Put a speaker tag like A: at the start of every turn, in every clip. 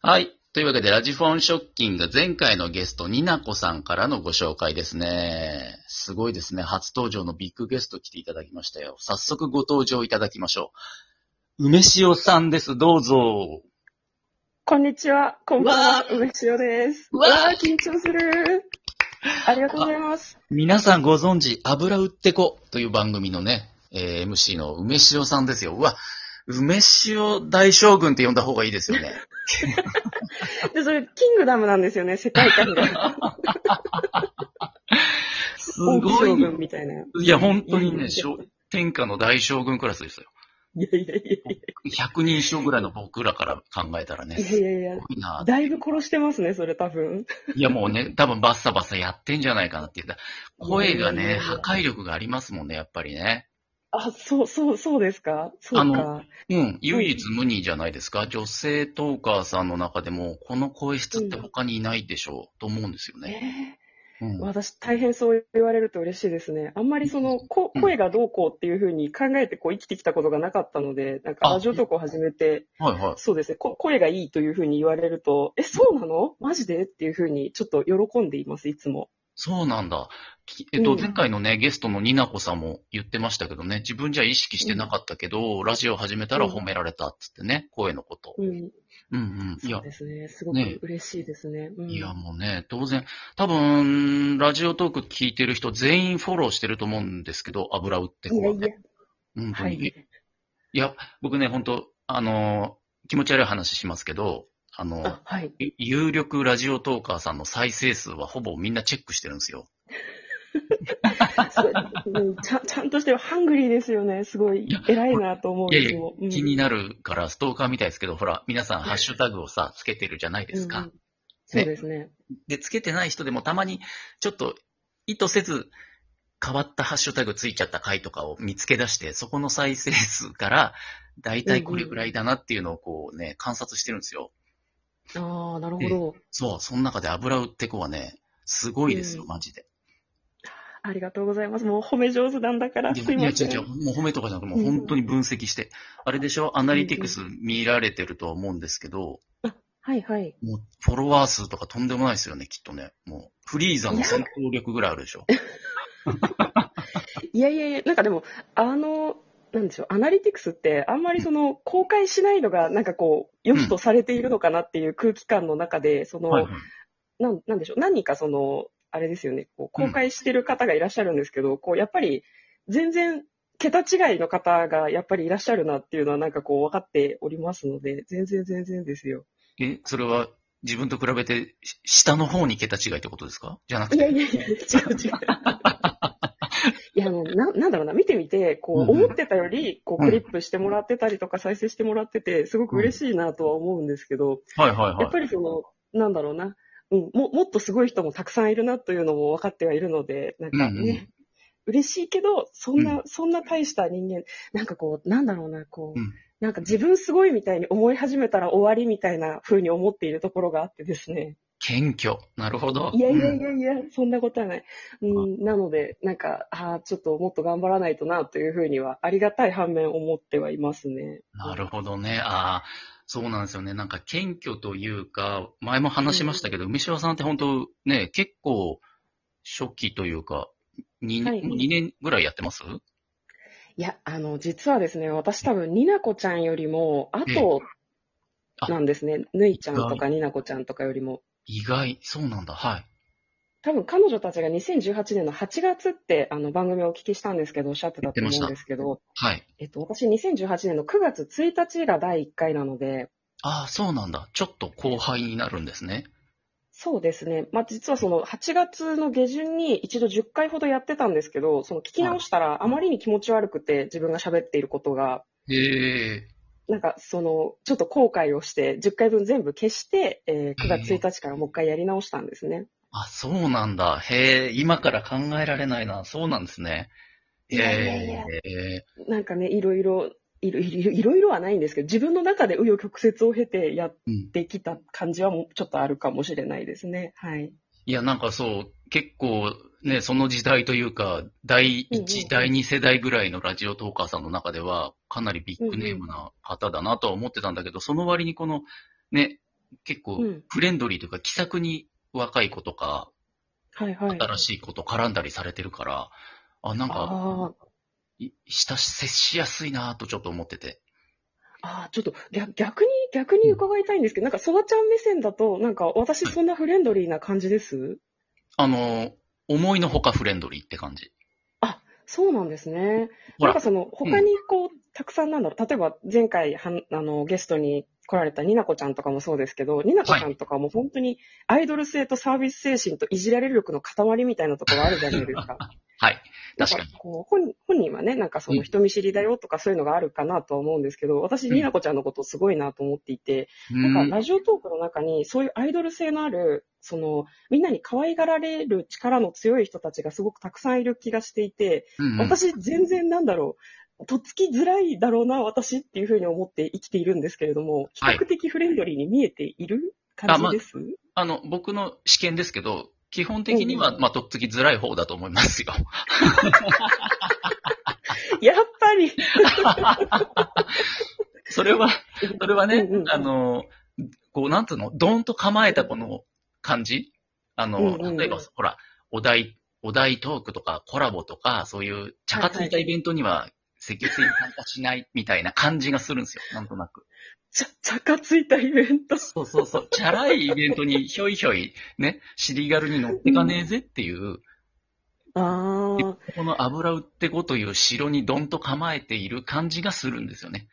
A: はい。というわけで、ラジフォンショッキング前回のゲスト、になこさんからのご紹介ですね。すごいですね。初登場のビッグゲスト来ていただきましたよ。早速ご登場いただきましょう。梅塩さんです。どうぞ。
B: こんにちは。こんばんは。梅塩です。
A: うわー
B: ー緊張する。ありがとうございます。
A: 皆さんご存知、油売ってこという番組のね、えー MC の梅塩さんですよ。うわ、梅塩大将軍って呼んだ方がいいですよね。
B: で、それ、キングダムなんですよね、世界観が。
A: す
B: 大木
A: ご
B: 将
A: い。
B: 軍みたいな。い
A: いや、本当に
B: う
A: ね、
B: ん
A: 将天下の大将軍クラスですよ。
B: やいやい
A: 100人称ぐらいの僕らから考えたらね、
B: やい
A: す
B: やいやいや。
A: ごいな。
B: だいぶ殺してますね、それ多分。
A: いや、もうね、多分バッサバッサやってんじゃないかなっていう。声が
B: いやいやい
A: ね、
B: や
A: 破壊力がありますもんね、やっぱりね。
B: あ、そう、そう、そうですかそ
A: あ
B: う
A: の
B: か。
A: うん、唯一無二じゃないですか。女性トーカーさんの中でも、この声質って他にいないでしょう、と思うんですよね。
B: え
A: うん
B: ー、私、大変そう言われると嬉しいですね。あんまりその、こ
A: うん
B: 声がどうこうっていうふうに考えてこう生きてきたことがなかったので、なんか
A: あ
B: ラジオトークを始めて、
A: はいはい。
B: そうですねこ。声がいいというふうに言われると、え、そうなのマジでっていうふうに、ちょっと喜んでいます、いつも。
A: そうなんだ。きえっと、
B: うん
A: 前回のね、ゲストのになこさんも言ってましたけどね、自分じゃ意識してなかったけど、ラジオ始めたら褒められたっつってね、声のこと。
B: うん。
A: うんうん。い
B: そ
A: や
B: う、ですね。すご
A: ね
B: く嬉しいですね。うん、
A: いや、もうね、当然、多分、ラジオトーク聞いてる人全員フォローしてると思うんですけど、油売って
B: い
A: 子
B: や
A: は、
B: いや
A: ね。、本当
B: は
A: に。
B: い
A: い。や、僕ね、本当あのー、気持ち悪い話しますけど、あのー
B: あ、、はい。
A: い有力ラジオトーカーさんの再生数はほぼみんなチェックしてるんですよ。
B: そううんちゃんちゃんとして、ハングリーですよね。すごい
A: いや、
B: 偉いなと思う、
A: いやいや
B: つも。うん
A: 気になるからストーカーみたいですけど、ほら、皆さんハッシュタグをさ、つけてるじゃないですか。
B: うんそうですね。
A: で、つけてない人でもたまに、ちょっと意図せず、変わったハッシュタグついちゃった回とかを見つけ出して、そこの再生数から、だいたいこれぐらいだなっていうのをこうね、観察してるんですよ。
B: ああ、なるほど。
A: そう、その中で油売って子はね、すごいですよ、
B: うん
A: マジで。
B: ありがとうございます。もう褒め上手なんだから、
A: い
B: す
A: や
B: い
A: いや、
B: ま
A: 違
B: せ
A: う違
B: ん
A: う。、もう褒めとかじゃなくて、もう本当に分析して。あれでしょアナリティクス見られてるとは思うんですけど、
B: はいはい。
A: もうフォロワー数とかとんでもないですよね、きっとね。もう、フリーザの戦闘力ぐらいあるでしょ。
B: いやいやいや、なんかでも、あの、なんでしょう、アナリティクスって、あんまりその、公開しないのが、なんかこう、良きとされているのかなっていう空気感の中で、その、
A: はいはい。
B: なん、なんでしょう、何人かその、あれですよね、こう公開してる方がいらっしゃるんですけど、こう、やっぱり、全然、桁違いの方がやっぱりいらっしゃるなっていうのはなんかこう分かっておりますので、全然全然ですよ。
A: え、それは自分と比べてし下の方に桁違いってことですかじゃなく
B: いや
A: て。
B: いやいや、違う違う。 いや、あの、な、なんだろうな、見てみて、こう、
A: うんうん
B: 思ってたより、こう、クリップしてもらってたりとか、再生してもらってて、すごく嬉しいなとは思うんですけど、
A: はいはい
B: やっ
A: は
B: ぱりその、なんだろうな、うん、も、もっとすごい人もたくさんいるなというのも分かってはいるので、なん
A: い。うんう
B: かね
A: ん、。
B: 嬉しいけど、そん
A: う
B: な、そんな大した人間、なんかこう、なんだろうな、こう、
A: うん
B: なんか自分すごいみたいに思い始めたら終わりみたいな風に思っているところがあってですね。
A: 謙虚。なるほど。
B: いやいや
A: う
B: い
A: ん
B: やいや、そんなことはない。うん、なので、なんか、ああ、ちょっともっと頑張らないとな、というふうには、ありがたい反面思ってはいますね。
A: なるほどね。ああ、そうなんですよね。なんか謙虚というか、前も話しましたけど、梅沢さんって本当ね、結構初期というか、2,
B: はい
A: 2年ぐらいやってます
B: いや、あの、実はですね、私多分、になこちゃんよりも、あと
A: あ、
B: なんですね。ぬいちゃんとかになこちゃんとかよりも。
A: 意外。そうなんだ。はい。
B: 多分彼女たちが2018年の8月ってあの番組をお聞きしたんですけど、おっしゃってたと思うんですけど、
A: はい。
B: えっと、私2018年の9月1日が第1回なので、
A: ああ、そうなんだ。ちょっと後輩になるんですね。
B: そうですね。まあ、実はその8月の下旬に一度10回ほどやってたんですけど、その聞き直したらあまりに気持ち悪くて自分が喋っていることが、
A: へえ。
B: なんかその、ちょっと後悔をして、10回分全部消して、えー9月1日からもう一回やり直したんですね。
A: あ、そうなんだ。へえ、今から考えられないな。そうなんですね。へ
B: いやいやいや
A: え。
B: なんかね、いろいろ、いろいろいろいろはないんですけど、自分の中で紆余曲折を経てやっ
A: うん
B: できた感じはもうちょっとあるかもしれないですね。はい。
A: いや、なんかそう、結構ね、その時代というか、第
B: うんうんう
A: 1、
B: ん
A: 第2世代ぐらいのラジオトーカーさんの中では、かなりビッグネームな方だなとは思ってたんだけど、その割にこの、ね、結構
B: うん。
A: フレンドリーというか、気さくに若い子とか、
B: はいはい。
A: 新しい子と絡んだりされてるから、あ、なんか、
B: あー
A: い親し、接しやすいなぁとちょっと思ってて。
B: あー、ちょっと逆逆に、逆に伺いたいんですけど、なんか、そばちゃん目線だと、なんか、私そんなフレンドリーな感じです
A: あの、思いのほかフレンドリーって感じ。
B: そうなんですね。
A: ほ
B: な
A: ら
B: んか、その、他にこう、たくさんなんだろう、例えば前回はん、あの、ゲストに来られたになこちゃんとかもそうですけど、になこちゃんとかも本当にアイドル性とサービス精神といじられ力の塊みたいなところあるじゃないですか。
A: はい。
B: なん
A: 確かに。
B: こう本本人はね、なんかその人見知りだよとかそういうのがあるかなとは思うんですけど、私、
A: うん
B: になこちゃんのことすごいなと思っていて、
A: う
B: なん
A: ん
B: かラジオトークの中にそういうアイドル性のある、そのみんなに可愛がられる力の強い人たちがすごくたくさんいる気がしていて、
A: うんうん
B: 私全然なんだろう、とっつきづらいだろうな、私っていうふうに思って生きているんですけれども、比
A: はい
B: 較的フレンドリーに見えている感じです、
A: あの、僕の試験ですけど、基本的に
B: うん
A: は、
B: うん
A: まあ、とっつきづらい方だと思いますよ。
B: やっぱり、
A: それは、それはね
B: うんうんう、ん
A: あの、こう、なんつうの、ドーンと構えたこの感じあ
B: うんうんう
A: の、
B: ん
A: 例えば、ほら、お題、お題トークとかコラボとか、そういう、ちゃかついたイベントには積極的に参加しないみたいな感じがするんですよ、なんとなく。
B: ちゃ、ちゃかついたイベント。
A: そうそうそう、チャラいイベントにひょいひょい、ね、尻軽に乗ってかねえぜっていう、
B: ああ。
A: この油売ってこという城にどんと構えている感じがするんですよね。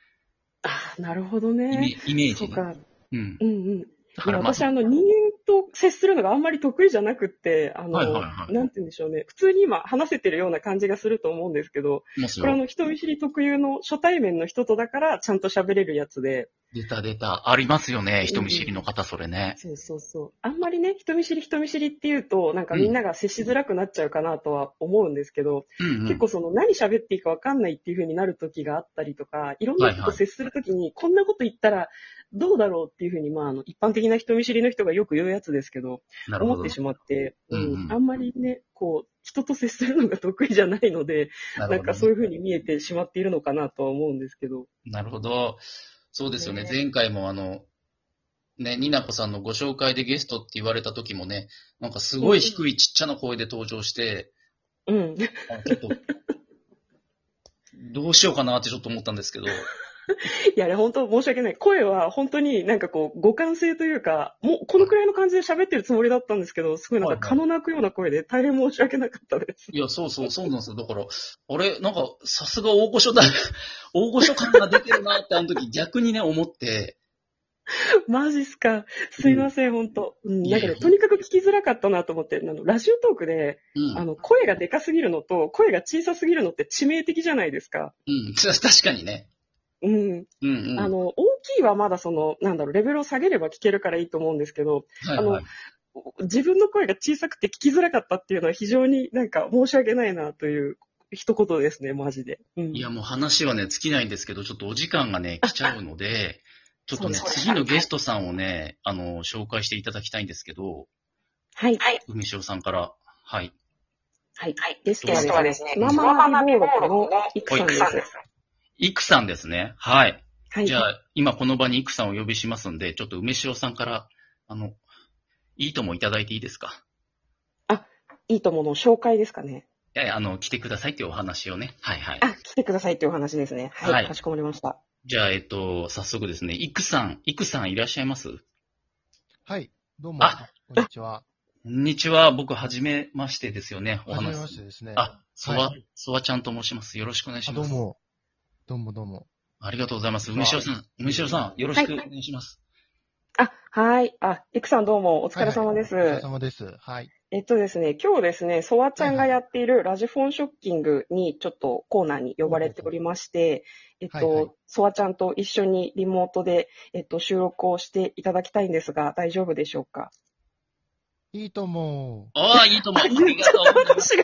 B: ああ、なるほど
A: イメ
B: ね。
A: イメー
B: そ
A: ジ
B: う
A: ね。
B: か。
A: うん。
B: うんうん。
A: だ
B: い
A: か
B: や
A: らまあ、
B: 私、あの、人間と接するのがあんまり得意じゃなくって、あの、
A: はいはいはい
B: なんて言うんでしょうね。普通に今話せてるような感じがすると思うんですけど、
A: もし
B: これあの、人見知り特有の初対面の人とだからちゃんと喋れるやつで、
A: 出た出た。ありますよね。人見知りの方、それね。
B: そうそうそう。あんまりね、人見知り人見知りっていうと、なんかみんなが接しづらくなっちゃうかなとは思うんですけど、
A: うん、う
B: 結
A: ん。
B: 構その何喋っていいか分かんないっていう風になる時があったりとか、いろんな人と接する時にこんなこと言ったらどうだろうっていう風に、まあ、あの、一般的な人見知りの人がよく言うやつですけど、
A: なるほ
B: 思っ
A: ど。
B: てしまって、うん
A: うんうん
B: あんまりね、こう、人と接するのが得意じゃないので、
A: な
B: なんかそ
A: い
B: ういう風に見えてしまっているのかなとは思うんですけど。
A: う。なるほど。そうですよね。
B: ね
A: 前回もあの、ね、になこさんのご紹介でゲストって言われた時もね、なんかすごい低いちっちゃな声で登場して、
B: うん。
A: あちょっと、どうしようかなってちょっと思ったんですけど、
B: いや、あれ本当申し訳ない。声は本当になんかこう、互換性というか、もうこのくらいの感じで喋ってるつもりだったんですけど、すごいなんか
A: はいはい
B: 可能なくような声で大変申し訳なかったです。
A: いや、そうそう、そうなんですよ。だから、あれ、なんか、さすが大御所だ、 大御所感が出てるなって、あの時逆にね、思って、
B: マジっすか。すいません、本当うん、
A: いや
B: なん
A: い
B: か
A: や
B: ね、とにかく聞きづらかったなと思って、あの、ラジオトークで、
A: うん。
B: あの、声がでかすぎるのと、声が小さすぎるのって致命的じゃないですか。
A: うん、た確かにね。
B: うん。
A: うんうん。
B: あの、大きいはまだその、なんだろう、レベルを下げれば聞けるからいいと思うんですけど、
A: はいはい、
B: 自分の声が小さくて聞きづらかったっていうのは非常になんか申し訳ないなという一言ですね、マジで。うん。
A: いや、もう話はね、尽きないんですけど、ちょっとお時間がね、来ちゃうので、ちょっとね、
B: そうです
A: 次のゲストさんをね、あの、紹介していただきたいんですけど、
B: はい。はい。
A: 梅塩さんから、はい。
B: はい。ゲス
A: トはですね
B: ねママナビ号録のいくさんです。
A: イクさんですね。はい。
B: はい。
A: じゃあ、今この場にイクさんをお呼びしますんで、ちょっと梅塩さんから、あの、いいともいただいていいですか
B: いいともの紹介ですかね。
A: いやいや、あの、来てくださいっていうお話をね。はいはい。
B: あ、来てくださいっていうお話ですね。はい。
A: はい
B: かしこまりました。
A: じゃあ、えっと、早速ですね、イクさん、イクさんいらっしゃいます
C: はい、どうも
A: あ、
C: こんにちは。
A: こんにちは。僕、はじめましてですよね。お
C: はじめ
A: 話
C: ましてですね。
A: あ、そわ、
C: は
A: そわちゃんと申します。よろしくお願いし
C: あ
A: ま
C: どう
A: す。
C: も、どうもどうも。
A: ありがとうございます。
C: こん
A: 梅
C: にち
A: 塩
C: は
A: さん、梅塩さん、よろしくお願いします。
B: あ、はい。あ、いくさんどうもお疲れ様です。
C: お疲れ様です。はい。
B: えっとですね、今日ですね、ソワちゃんがやっているラジフォンショッキングにちょっとコーナーに呼ばれておりまして、えっ
C: はいはい
B: と、ソワちゃんと一緒にリモートで、えっと、収録をしていただきたいんですが、大丈夫でしょうか
C: いいとも。
A: ああ、いいとも。あ
B: あ
A: り
B: 言
A: が
B: っ
A: とうございます。
B: 私が、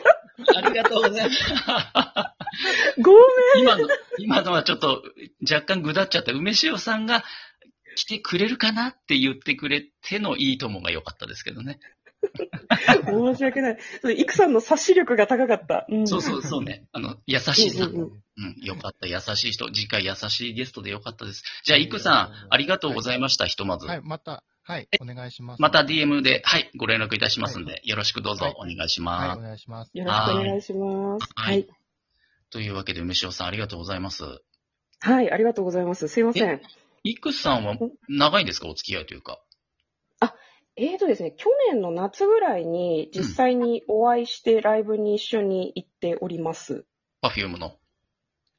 A: ありがとうございます。
B: ごめん
A: 今の、今のはちょっと若干ぐだっちゃった。梅塩さんが来てくれるかなって言ってくれてのいいともが良かったですけどね。
B: 申し訳ない。そうイクさんの察し力が高かった。うん
A: そうそうそうね。 あの、優しいさ。
B: うんんうん
A: うん、良かった。優しい人。次回優しいゲストで良かったです。じゃあ、イクさ
C: うん
A: ん、ありがとうございました。ひとまず。
C: はい、また、はい、お願いします。
A: また DM で、はい、ご連絡いたしますんで、よろしくどうぞお願いします。
C: はい、お願いします。
B: よろしくお願いします。
A: は
B: はいい。
A: というわけで、梅塩さんありがとうございます。
B: はい、ありがとうございます。すいません。
A: イクさんは長いんですかお付き合いというか。
B: えーとですね、去年の夏ぐらいに実際にお会いしてライブに一緒に行っております。
A: パフュームの。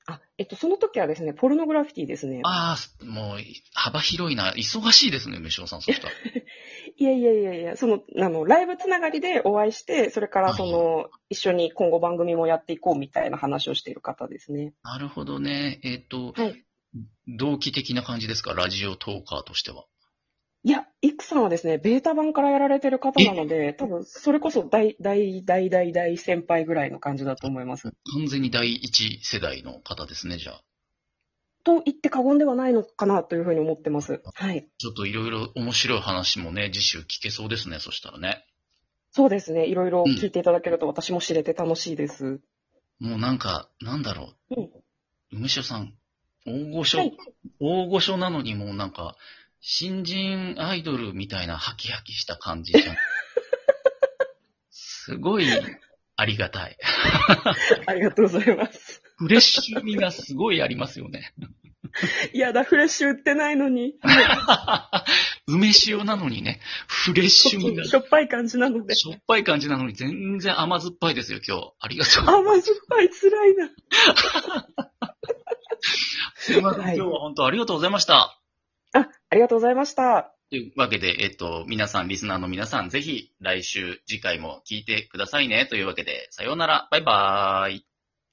B: あ、えっと、その時はですね、ポルノグラフィティですね。
A: ああ、もう、幅広いな。忙しいですね、梅塩さん。そしたら。
B: いやいやいやいや、その、あの、ライブつながりでお会いして、それからその、一緒に今後番組もやっていこうみたいな話をしている方ですね。
A: なるほどね。えっ、と、
B: はい。
A: 同期的な感じですかラジオトーカーとしては。
B: いや、イクさんはですね、ベータ版からやられてる方なので、多分、それこそ大、大、大、大、大先輩ぐらいの感じだと思います。
A: 完全に第一世代の方ですね、じゃあ。
B: と言って過言ではないのかなというふうに思ってます。はい。
A: ちょっといろいろ面白い話もね、次週聞けそうですね、そしたらね。
B: そうですね、いろいろ聞いていただけると私も知れて楽しいです。
A: もうなんか、なんだろ
B: うん。
A: う。梅塩さん、大御所、
B: はい。
A: 大御所なのにもうなんか、新人アイドルみたいなハキハキした感じ じゃん。すごいありがたい。
B: ありがとうございます。
A: フレッシュ味がすごいありますよね。
B: いやだ、フレッシュ売ってないのに。
A: 梅塩なのにね、フレッシュ味が
B: しょっぱい感じなので。
A: しょっぱい感じなのに全然甘酸っぱいですよ、今日。ありがとう。
B: 甘酸っぱい、辛いな。
A: すいません、
B: はい
A: 今日は本当ありがとうございました。
B: あ、ありがとうございました。
A: というわけで、えっと、皆さん、リスナーの皆さん、ぜひ来週、次回も聞いてくださいね。というわけで、さようなら、バイバーイ。